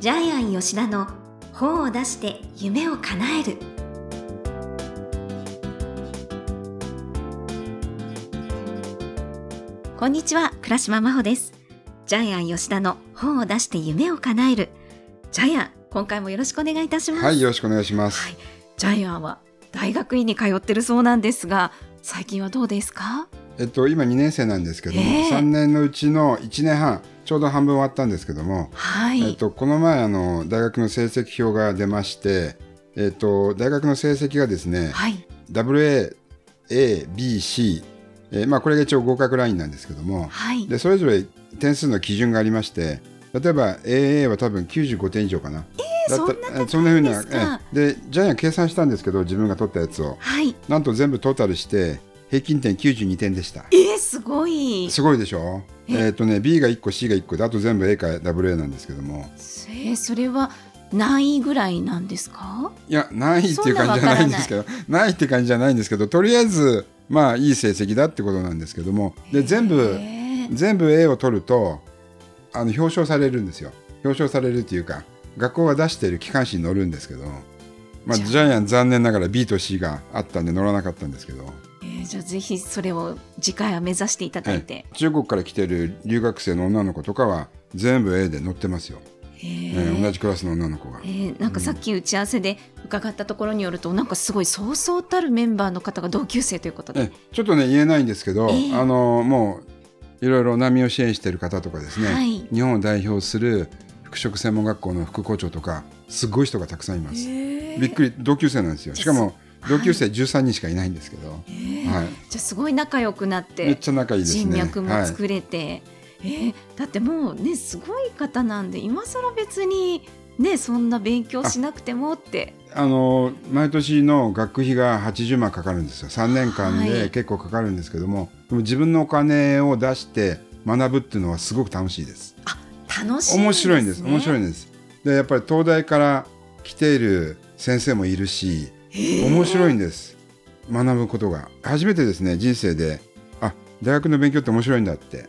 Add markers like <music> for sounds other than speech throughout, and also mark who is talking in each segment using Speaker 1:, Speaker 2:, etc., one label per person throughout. Speaker 1: ジャイアン吉田の本を出して夢を叶えるこんにちは倉島真帆ですジャイアン吉田の本を出して夢を叶えるジャイアン今回もよろしくお願いいたします
Speaker 2: はい、よろしくお願いします。
Speaker 1: はいジャイアンは大学院に通ってるそうなんですが最近はどうですか
Speaker 2: えっと、今2年生なんですけども、
Speaker 1: ええ
Speaker 2: 3年のうちの1年半、ちょうど半分終わったんですけども、
Speaker 1: はい、
Speaker 2: えっと、この前あの、大学の成績表が出まして、えっと、大学の成績がですね、
Speaker 1: はい、
Speaker 2: WA、A、B、C、えーまあ、これが一応合格ラインなんですけども、
Speaker 1: はい、
Speaker 2: でそれぞれ点数の基準がありまして例えば AA は多分95点以上かな。
Speaker 1: えー
Speaker 2: だっ
Speaker 1: そんな
Speaker 2: た
Speaker 1: 高い
Speaker 2: そんなふうな
Speaker 1: ですか
Speaker 2: ええでジャイアン計算したんですけど自分が取ったやつを
Speaker 1: はい、
Speaker 2: なんと全部トータルして平均点92点でした
Speaker 1: えー、すごい
Speaker 2: すごいでしょ
Speaker 1: え
Speaker 2: えっ、とね B が1個 C が1個であと全部 A か WA なんですけども
Speaker 1: えー、それは何位ぐらいなんですか
Speaker 2: いやないっていう感じじゃないんですけどないって感じじゃないんですけどとりあえずまあいい成績だってことなんですけどもで全部、
Speaker 1: えー
Speaker 2: 全部 A を取るとあの表彰されるんですよ表彰されるというか学校が出している機関誌に乗るんですけど、まあ、
Speaker 1: じゃあ
Speaker 2: ジャイアン残念ながら B と C があったんで乗らなかったんですけど
Speaker 1: えーじゃあぜひそれを次回は目指していただいて、
Speaker 2: 中国から来てる留学生の女の子とかは全部 A で乗ってますよ、
Speaker 1: えー
Speaker 2: えー同じクラスの女の子が
Speaker 1: え。ーなんかさっき打ち合わせで伺ったところによると、なんかすごいそうそうたるメンバーの方が同級生ということで、
Speaker 2: えちょっとね言えないんですけど、
Speaker 1: ええ
Speaker 2: あのもういろいろ難民を支援している方とかですね、
Speaker 1: はい
Speaker 2: 日本を代表する服飾専門学校の副校長とかすごい人がたくさんいます。
Speaker 1: えー
Speaker 2: びっくり同級生なんですよしかも同級生13人しかいないんですけど、
Speaker 1: えー
Speaker 2: はい
Speaker 1: じゃあすごい仲良くなって
Speaker 2: めっちゃ仲いいですね
Speaker 1: 人脈も
Speaker 2: はい
Speaker 1: 作れて、えーだってもうねすごい方なんで今更別にねそんな勉強しなくてもって
Speaker 2: あの毎年の学費が80万かかるんですよ3年間
Speaker 1: は
Speaker 2: で
Speaker 1: い
Speaker 2: 結構かかるんですけども,、でも自分のお金を出して学ぶっていうのはすごく楽しいです
Speaker 1: 楽しいんです、ね、
Speaker 2: 面白いんです面白いんですでやっぱり東大から来ている先生もいるし面白いんです学ぶことが初めてですね人生であ大学の勉強って面白いんだって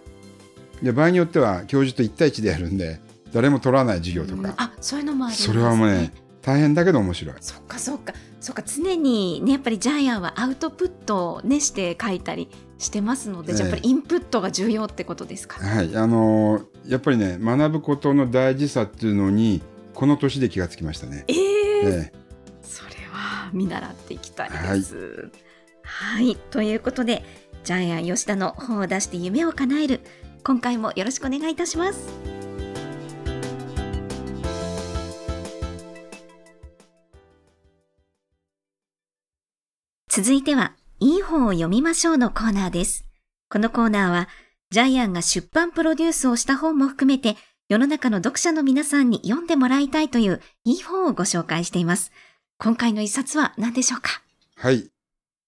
Speaker 2: で場合によっては教授と1対1でやるんで誰も取らない授業と
Speaker 1: うん
Speaker 2: か、
Speaker 1: あそういうのもあります、
Speaker 2: それはもうね大変だけど面白い
Speaker 1: そっかそっかそっか常にねやっぱりジャイアンはアウトプットをねして書いたりしてますので、
Speaker 2: ええ
Speaker 1: じゃあやっぱりインプットが重要ってことですか、
Speaker 2: はいあのーやっぱりね学ぶことの大事さっていうのにこの年で気がつきましたね、
Speaker 1: ええ
Speaker 2: ええ
Speaker 1: それは見習っていきたいです。はい、ということでジャイアン吉田の本を出して夢を叶える今回もよろしくお願いいたします。続いては、いい本を読みましょうのコーナーです。このコーナーは、ジャイアンが出版プロデュースをした本も含めて、世の中の読者の皆さんに読んでもらいたいといういい本をご紹介しています。今回の一冊は何でしょうか
Speaker 2: はい、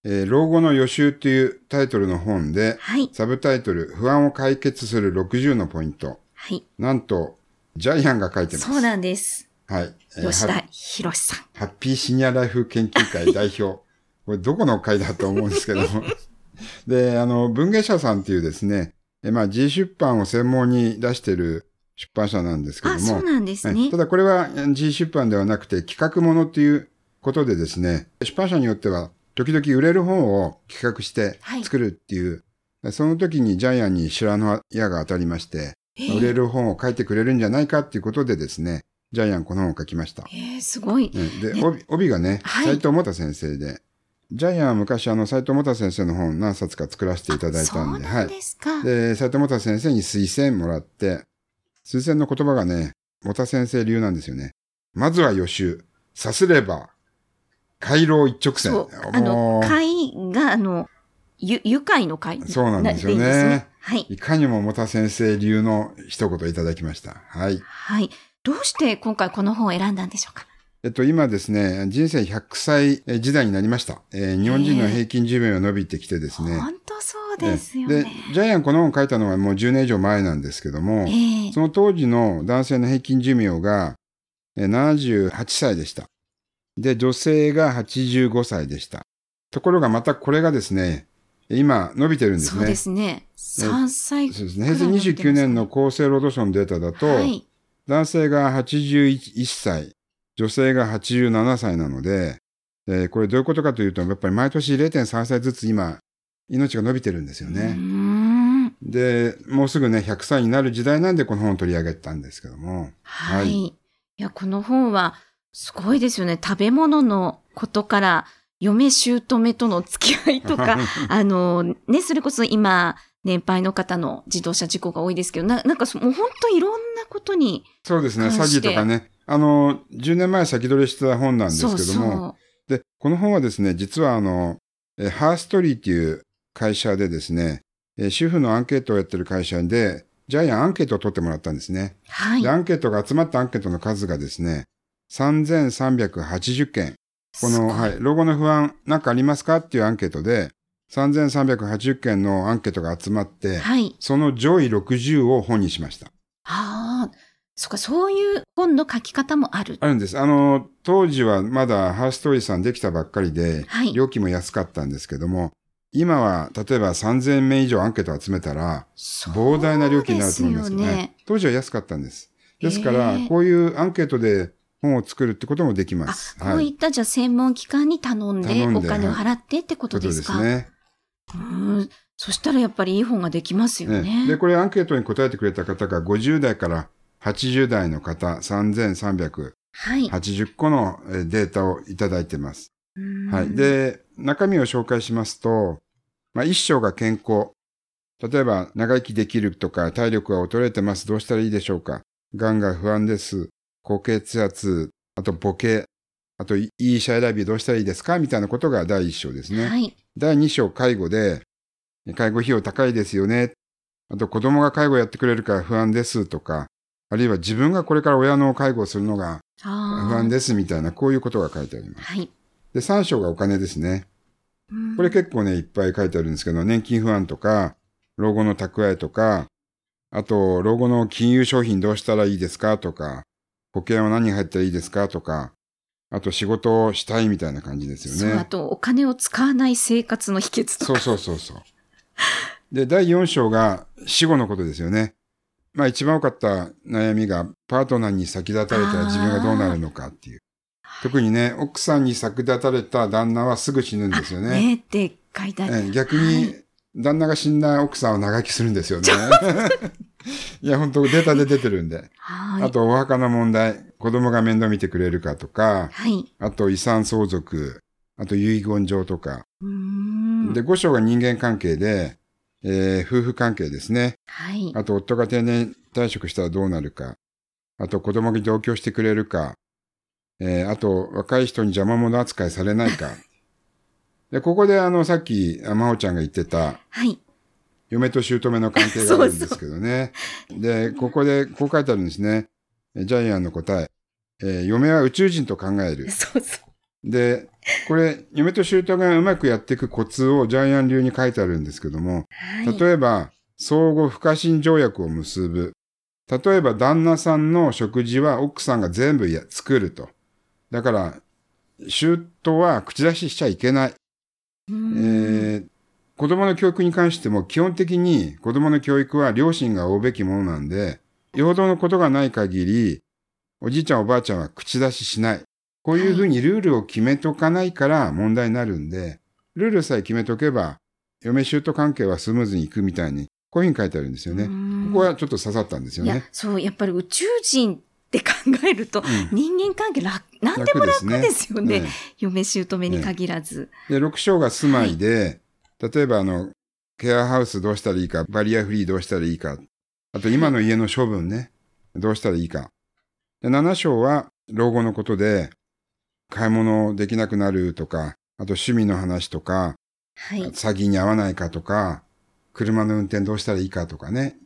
Speaker 2: えー老後の予習」というタイトルの本で
Speaker 1: はい。
Speaker 2: サブタイトル「不安を解決する60のポイント
Speaker 1: はい。」
Speaker 2: なんとジャイアンが書いてます
Speaker 1: そうなんです。
Speaker 2: はい、えー
Speaker 1: 吉
Speaker 2: ハ
Speaker 1: 田
Speaker 2: ッ
Speaker 1: 博さん。
Speaker 2: ハッピーシニアライフ研究会代表。 <laughs> これどこの会だと思うんですけども。 <laughs> で、あの、文芸社さんっていうですね、えまあ、G 出版を専門に出してる出版社なんですけど
Speaker 1: あ、そ
Speaker 2: も
Speaker 1: う、なんです
Speaker 2: は
Speaker 1: ね
Speaker 2: いた。だこれはえー G 出版ではなくて企画ものっていうことでですね、出版社によっては時々売れる本を企画して
Speaker 1: はい
Speaker 2: 作るっていう、その時にジャイアンに白の矢が当たりまして、
Speaker 1: え
Speaker 2: 売れ
Speaker 1: ー
Speaker 2: る本を書いてくれるんじゃないかっていうことでですね、ジャイアンこの本を書きました。
Speaker 1: えーすごい。
Speaker 2: ねで、帯帯がね、
Speaker 1: はい
Speaker 2: 斎藤元先生で、ジャイアンは昔、あの、斎藤元先生の本何冊か作らせていただいたんで、
Speaker 1: あそうなん
Speaker 2: はい。
Speaker 1: です <laughs> か。
Speaker 2: で、斎藤元先生に推薦もらって、推薦の言葉がね、元先生流なんですよね。まずは予習。さすれば、回廊一直線。
Speaker 1: そう。あ
Speaker 2: も
Speaker 1: の、
Speaker 2: う
Speaker 1: 会が、あの、ゆ、愉快の会。
Speaker 2: そうなんですよね
Speaker 1: いいはい。
Speaker 2: いかにも元先生流の一言いただきました。はい。
Speaker 1: はい。どうして今回この本を選んだんでしょうか
Speaker 2: えっと、今ですね、人生100歳え時代になりました。えー日本人の平均寿命が伸びてきてですね。
Speaker 1: 本当そうですよね。
Speaker 2: で、ジャイアンこの本書いたのはもう10年以上前なんですけども
Speaker 1: え、ー
Speaker 2: その当時の男性の平均寿命がえー78歳でした。で、女性が85歳でした。ところがまたこれがですね、今伸びてるんです
Speaker 1: そう
Speaker 2: ね。
Speaker 1: ですね。3歳
Speaker 2: そうですね平成29年の厚生労働省のデータだと、
Speaker 1: はい。
Speaker 2: 男性が81歳、女性が87歳なので、えーこれどういうことかというと、やっぱり毎年0.3歳ずつ今、命が伸びてるんですよ
Speaker 1: うー
Speaker 2: ね。
Speaker 1: ん
Speaker 2: で、もうすぐね、100歳になる時代なんでこの本を取り上げたんですけども。
Speaker 1: はい。
Speaker 2: はい
Speaker 1: いや、この本はすごいですよね。食べ物のことから、嫁姑との付き合いと
Speaker 2: <laughs>
Speaker 1: か、あの、ね、それこそ今、年配の方の自動車事故が多いですけど、ななんかそもう本当いろんなことに、
Speaker 2: そうですね、詐
Speaker 1: 関し
Speaker 2: 欺
Speaker 1: て
Speaker 2: とかね。あの、10年前先取りした本なんですけど
Speaker 1: そ
Speaker 2: も、
Speaker 1: うそ
Speaker 2: で、この本はですね、実はあの、えーハーストリーっていう会社でですね、えー主婦のアンケートをやってる会社で、ジャイアンアンケートを取ってもらったんですね。
Speaker 1: う。はい
Speaker 2: で、。アンケートが集まったアンケートの数がですね、3380件。こ
Speaker 1: す
Speaker 2: の、
Speaker 1: ごい
Speaker 2: はい、老後の不安なんかありますかっていうアンケートで、3380件のアンケートが集まって、
Speaker 1: はい。
Speaker 2: その上位60を本にしました。
Speaker 1: ああ、そっか、そういう本の書き方もある。
Speaker 2: あるんです。あの、当時はまだハーストーリーさんできたばっかりで、
Speaker 1: はい
Speaker 2: 料金も安かったんですけども、今は例えば3000名以上アンケートを集めたら、
Speaker 1: そう
Speaker 2: 膨大な料金になると思いますよね。
Speaker 1: ですよね
Speaker 2: 当時は安かったんです。ですから
Speaker 1: へえ、
Speaker 2: こういうアンケートで本を作るってこともできま
Speaker 1: あ
Speaker 2: す。、
Speaker 1: こういった、じゃあ専門機関に頼んで
Speaker 2: 頼んで
Speaker 1: お金を払ってってことですか。
Speaker 2: ね。
Speaker 1: うーんそしたらやっぱりいい本ができますよね。
Speaker 2: ねで、これアンケートに答えてくれた方が50代から80代の方3380
Speaker 1: はい。
Speaker 2: 個のえーデータをいただいてます。
Speaker 1: うーん
Speaker 2: はい。、で、中身を紹介しますと、まあ、一生が健康。例えば、長生きできるとか、体力が衰えてます。どうしたらいいでしょうか。がんが不安です。高血圧。あと、ボケ。あと、いい医者選びどうしたらいいですかみたいなことが第一章ですね。
Speaker 1: はい。
Speaker 2: 第2章、介護で、介護費用高いですよね。あと、子供が介護やってくれるから不安ですとか、あるいは自分がこれから親の介護をするのが
Speaker 1: 不
Speaker 2: 不安ですみたいな、こういうことが書いてあります。
Speaker 1: はい。
Speaker 2: で、3章がお金ですね。
Speaker 1: うん
Speaker 2: これ結構ね、いっぱい書いてあるんですけど、年金不安とか、老後の蓄えとか、あと、老後の金融商品どうしたらいいですかとか、保険は何入ったらいいですかとか、あと仕事をしたいみたいな感じです
Speaker 1: そ
Speaker 2: よ
Speaker 1: う、あ
Speaker 2: ね。
Speaker 1: とお金を使わない生活の秘訣とか。
Speaker 2: そうそうそうそう。で、第4章が死後のことですよね。まあ一番多かった悩みが、パートナーに先立たれたら自分がどうなるのかっていう。特にね、奥さんに先立たれた旦那はすぐ死ぬんですよ
Speaker 1: ねえって書いてある。
Speaker 2: ええ逆
Speaker 1: は
Speaker 2: に、旦那が死んだ奥さんは長生きするんですよね。 <laughs> いや、本当データで出てるんで。
Speaker 1: はい。
Speaker 2: あと、お墓の問題。子供が面倒見てくれるかとか、
Speaker 1: はい。
Speaker 2: あと、遺産相続、あと、遺言状とか。
Speaker 1: うーん
Speaker 2: で、5章が人間関係で、えー夫婦関係ですね。
Speaker 1: はい。
Speaker 2: あと、夫が定年退職したらどうなるか。あと、子供に同居してくれるか。えーあと、若い人に邪魔者扱いされな
Speaker 1: <laughs>
Speaker 2: いか。で、ここで、あの、さっき、あまほちゃんが言ってた、
Speaker 1: はい。
Speaker 2: 嫁と姑の関係があるんですけ
Speaker 1: <laughs>
Speaker 2: どね。で、ここでこう書いてあるんですね。えジャイアンの答え。えー嫁は宇宙人と考える。
Speaker 1: そうそう。
Speaker 2: で、これ、嫁と姑がうまくやっていくコツをジャイアン流に書いてあるんですけども、
Speaker 1: はい。
Speaker 2: 例えば、相互不可侵条約を結ぶ。例えば、旦那さんの食事は奥さんが全部や作ると。だから、姑は口出ししちゃいけない。
Speaker 1: うーん
Speaker 2: えー子供の教育に関しても基本的に子供の教育は両親が負うべきものなんで、よほどのことがない限り、おじいちゃんおばあちゃんは口出ししない。こういうふうにルールを決めとかないから問題になるんで、ルールさえ決めとけば、嫁姑関係はスムーズにいくみたいに、こういうふうに書いてあるんですよ
Speaker 1: う
Speaker 2: ね。
Speaker 1: ーん
Speaker 2: ここはちょっと刺さったんですよ
Speaker 1: いや
Speaker 2: ね。、
Speaker 1: そう、やっぱり宇宙人って考えると、
Speaker 2: う
Speaker 1: 人間関係楽、なんでも
Speaker 2: 楽ですね
Speaker 1: 楽ですよね。
Speaker 2: ね
Speaker 1: 嫁姑に限らず。
Speaker 2: で、6章が住まいで、例えばあの、ケアハウスどうしたらいいか、バリアフリーどうしたらいいか、あと今の家の処分ね、どうしたらいいか。で、7章は老後のことで、買い物できなくなるとか、あと趣味の話とか、
Speaker 1: はい。
Speaker 2: 詐欺に合わないかとか、車の運転どうしたらいいかとかね。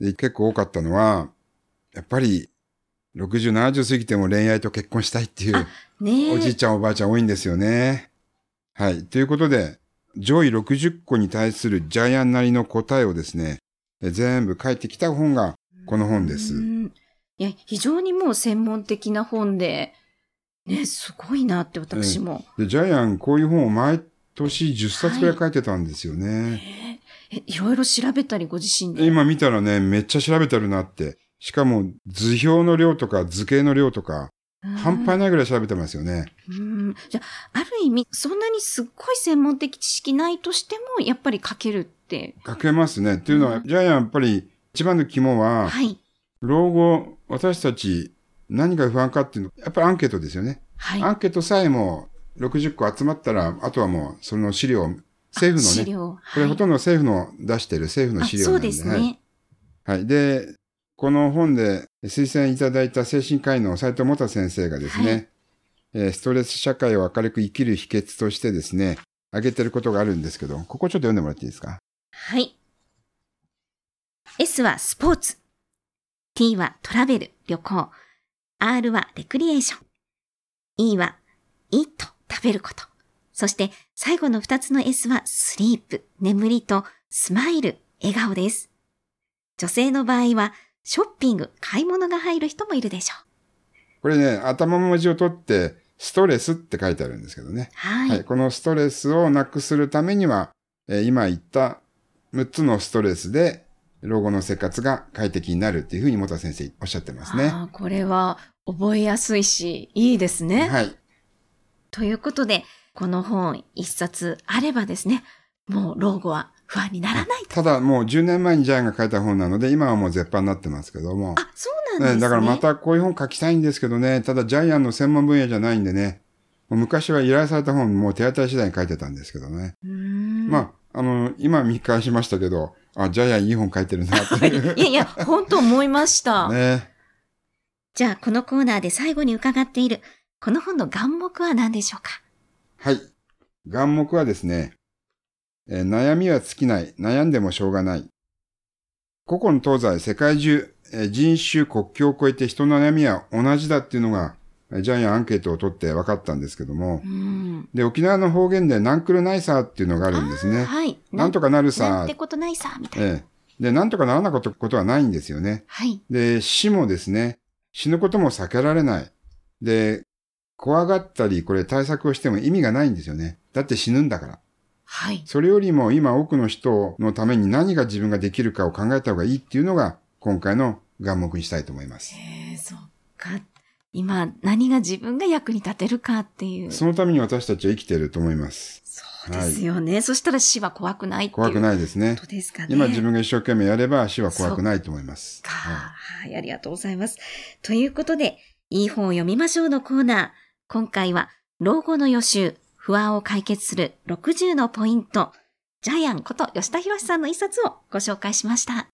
Speaker 2: で、結構多かったのは、やっぱり、60、70過ぎても恋愛と結婚したいっていう。
Speaker 1: ねえ。
Speaker 2: おじいちゃんおばあちゃん多いんですよね。はい。ということで、上位60個に対するジャイアンなりの答えをですね、え全部書いてきた本がこの本で
Speaker 1: う
Speaker 2: す。
Speaker 1: んいや、非常にもう専門的な本で、ね、すごいなって私も。
Speaker 2: でジャイアン、こういう本を毎年10冊くらい書いてたんですよね。
Speaker 1: え、いろいろ調べたりご自身で。
Speaker 2: 今見たらね、めっちゃ調べてるなって。しかも図表の量とか図形の量とか、半端
Speaker 1: い。
Speaker 2: ないぐらい調べてますよね。
Speaker 1: うんじゃあ、ある意味、そんなにすっごい専門的知識ないとしても、やっぱり書けるって。
Speaker 2: 書けますね。っていうのは、
Speaker 1: うん
Speaker 2: ジャイアンやっぱり一番の肝は、
Speaker 1: はい。
Speaker 2: 老後、私たち何が不安かっていうの、やっぱりアンケートですよね。
Speaker 1: はい。
Speaker 2: アンケートさえも60個集まったら、あとはもうその資料、政府の
Speaker 1: 資
Speaker 2: ね、
Speaker 1: 料。
Speaker 2: これほと
Speaker 1: ん
Speaker 2: んど政府の出してる政府の資料なん
Speaker 1: あそ
Speaker 2: で
Speaker 1: うです
Speaker 2: はい
Speaker 1: ね。
Speaker 2: はい。で、この本で推薦いただいた精神科医の斉藤元先生がですね、
Speaker 1: はい
Speaker 2: えーストレス社会を明るく生きる秘訣としてですね、挙げてることがあるんですけど、ここちょっと読んでもらっていいですか
Speaker 1: はい。S はスポーツ。T はトラベル、旅行。R はレクリエーション。E は eat、食べること。そして最後の2つの S はスリープ、眠りとスマイル、笑顔です。女性の場合はショッピング、買い物が入る人もいるでしょう。
Speaker 2: これね、頭文字を取って、ストレスって書いてあるんですけどね。
Speaker 1: はい。
Speaker 2: はい。このストレスをなくするためには、えー今言った6つのストレスで、老後の生活が快適になるっていうふうに元先生おっしゃってますね。
Speaker 1: あーこれは覚えやすいし、いいですね。
Speaker 2: はい。
Speaker 1: ということで、この本一冊あればですね、もう老後は不安にならないと。
Speaker 2: ただもう10年前にジャイアンが書いた本なので、今はもう絶版になってますけども。
Speaker 1: あ、そうなんです
Speaker 2: ね、
Speaker 1: ね。
Speaker 2: だからまたこういう本書きたいんですけどね、ただジャイアンの専門分野じゃないんでね、もう昔は依頼された本もう手当たり次第に書いてたんですけどね。
Speaker 1: うーん。
Speaker 2: まあ、あの、今見返しましたけど、あ、ジャイアンいい本書いてるなっていう。
Speaker 1: <laughs> いやいや、本当思いました。
Speaker 2: <laughs> ね。
Speaker 1: じゃあ、このコーナーで最後に伺っている、この本の眼目は何でしょうか
Speaker 2: はい。眼目はですね、えー悩みは尽きない、悩んでもしょうがない。古今東西、世界中、えー人種、国境を越えて人の悩みは同じだっていうのが、えージャイアンアンケートを取って分かったんですけども、
Speaker 1: うん。
Speaker 2: で、沖縄の方言でナンクルナイサーっていうのがあるんですね。
Speaker 1: はい。
Speaker 2: なんとかなるさ
Speaker 1: なんてことないさ、みたいな。
Speaker 2: ええ。で、なんとかならなかったことはないんですよね。
Speaker 1: はい。
Speaker 2: で、死もですね、死ぬことも避けられない。で、怖がったり、これ対策をしても意味がないんですよね。だって死ぬんだから。
Speaker 1: はい。
Speaker 2: それよりも今多くの人のために何が自分ができるかを考えた方がいいっていうのが、今回の眼目にしたいと思います。
Speaker 1: えー、そっか。今、何が自分が役に立てるかっていう。
Speaker 2: そのために私たちは生きていると思います。
Speaker 1: そうですよね。そしたら死は怖くないっていう。
Speaker 2: 怖く
Speaker 1: い。
Speaker 2: ないですね
Speaker 1: こと。ですかね。
Speaker 2: 今自分が一生懸命やれば死は怖くないと思います。
Speaker 1: か。
Speaker 2: はい
Speaker 1: はい、ありがとうございます。ということで、いい本を読みましょうのコーナー。今回は、老後の予習、不安を解決する60のポイント、ジャイアンこと吉田博さんの一冊をご紹介しました。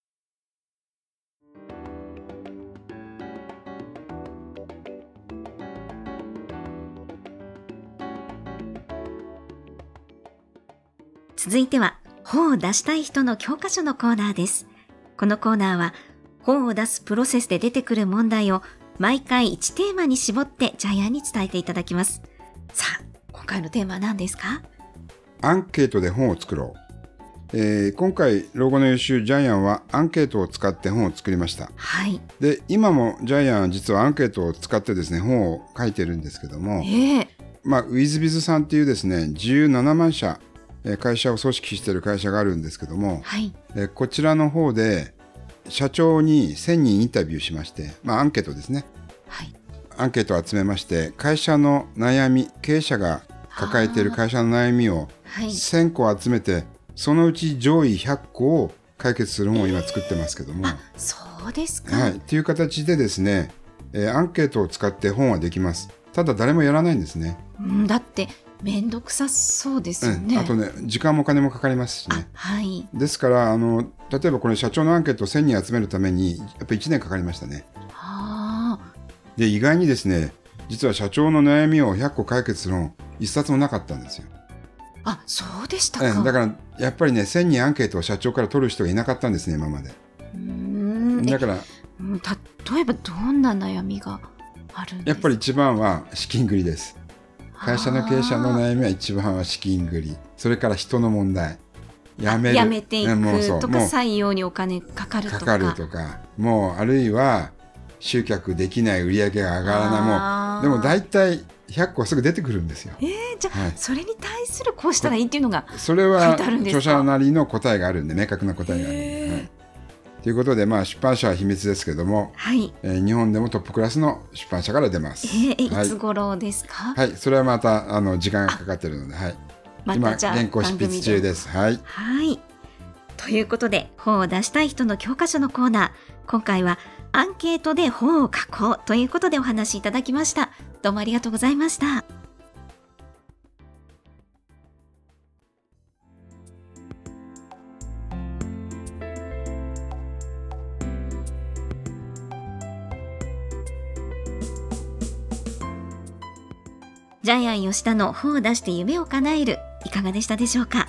Speaker 1: 続いては、本を出したい人の教科書のコーナーです。このコーナーは本を出すプロセスで出てくる問題を毎回1テーマに絞ってジャイアンに伝えていただきます。さあ、今回のテーマは何ですか
Speaker 2: アンケートで本を作ろう。えー今回、老後の優秀ジャイアンはアンケートを使って本を作りました。
Speaker 1: はい。
Speaker 2: で、今もジャイアンは実はアンケートを使ってですね、本を書いてるんですけども、
Speaker 1: ええ
Speaker 2: まあ、ウィズビズさんっていうですね、17万社、えー会社を組織している会社があるんですけども、
Speaker 1: はい。
Speaker 2: えーこちらの方で、社長に1000人インタビューしまして、まあ、アンケートですね。
Speaker 1: はい。
Speaker 2: アンケートを集めまして、会社の悩み、経営者が抱えている会社の悩みを
Speaker 1: はい。
Speaker 2: 1000個集めてそのうち上位100個を解決する本を今作ってますけども、
Speaker 1: あ、そうですか。
Speaker 2: はい、っていう形でですね、えーアンケートを使って本はできますただ誰もやらないんですね
Speaker 1: うんだって、めんどくさそうですよね。
Speaker 2: うん、あとね時間もお金もかかりますし
Speaker 1: あ
Speaker 2: ね
Speaker 1: はい。
Speaker 2: ですからあの例えばこれ社長のアンケート1000人集めるためにやっぱ1年かかりましたね
Speaker 1: あ
Speaker 2: で意外にですね実は社長の悩みを100個解決する本1冊もなかったんですよ、
Speaker 1: あ。あ、そうでした
Speaker 2: え
Speaker 1: か。
Speaker 2: えだからやっぱりね1000人アンケートを社長から取る人がいなかったんですね今まで
Speaker 1: うーん。え
Speaker 2: だから
Speaker 1: うんた例えば、どんな悩みがあるんですか
Speaker 2: やっぱり一番は資金繰りです。会社の経営者の悩みは一番は資金繰り。それから人の問題。やめる。
Speaker 1: やめてい
Speaker 2: ねもう
Speaker 1: く
Speaker 2: そう
Speaker 1: とか
Speaker 2: もう
Speaker 1: 採用にお金かかると
Speaker 2: か
Speaker 1: か
Speaker 2: かるとか。もうあるいは集客できない売り上げが上がらない。も
Speaker 1: あ
Speaker 2: う
Speaker 1: ー
Speaker 2: でも大体100個すぐ出てくるんですよ。
Speaker 1: えーじゃあ、
Speaker 2: はい
Speaker 1: それに対するこうしたらいいっていうのが
Speaker 2: それ
Speaker 1: 書
Speaker 2: はい
Speaker 1: てあるんですか
Speaker 2: 著者なりの答えがあるんで、明確な答えがあるんで。はいということで、まあ、出版社は秘密ですけども、
Speaker 1: はい。
Speaker 2: えー日本でもトップクラスの出版社から出ます。
Speaker 1: えー、
Speaker 2: はいい
Speaker 1: つ、頃ですか、
Speaker 2: はい、それはまたあの時間がかかってるので、はい、
Speaker 1: ま
Speaker 2: 今
Speaker 1: たじゃあ
Speaker 2: 原稿執筆中です。はい、
Speaker 1: はい。ということで、本を出したい人の教科書のコーナー。今回はアンケートで本を書こうということでお話しいただきました。どうもありがとうございました。ジャイアン吉田の本を出して夢を叶える、いかがでしたでしょうか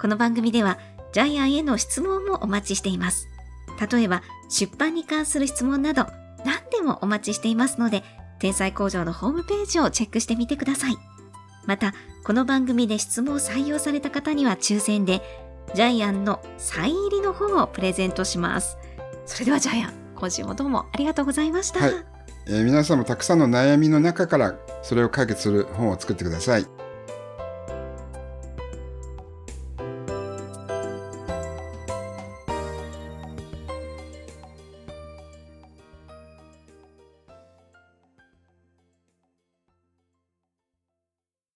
Speaker 1: この番組ではジャイアンへの質問もお待ちしています。例えば出版に関する質問など何でもお待ちしていますので、天才工場のホームページをチェックしてみてください。また、この番組で質問を採用された方には抽選で、ジャイアンのサイン入りの本をプレゼントします。それではジャイアン、今週もどうもありがとうございました。
Speaker 2: はいえー皆さんもたくさんの悩みの中からそれを解決する本を作ってください。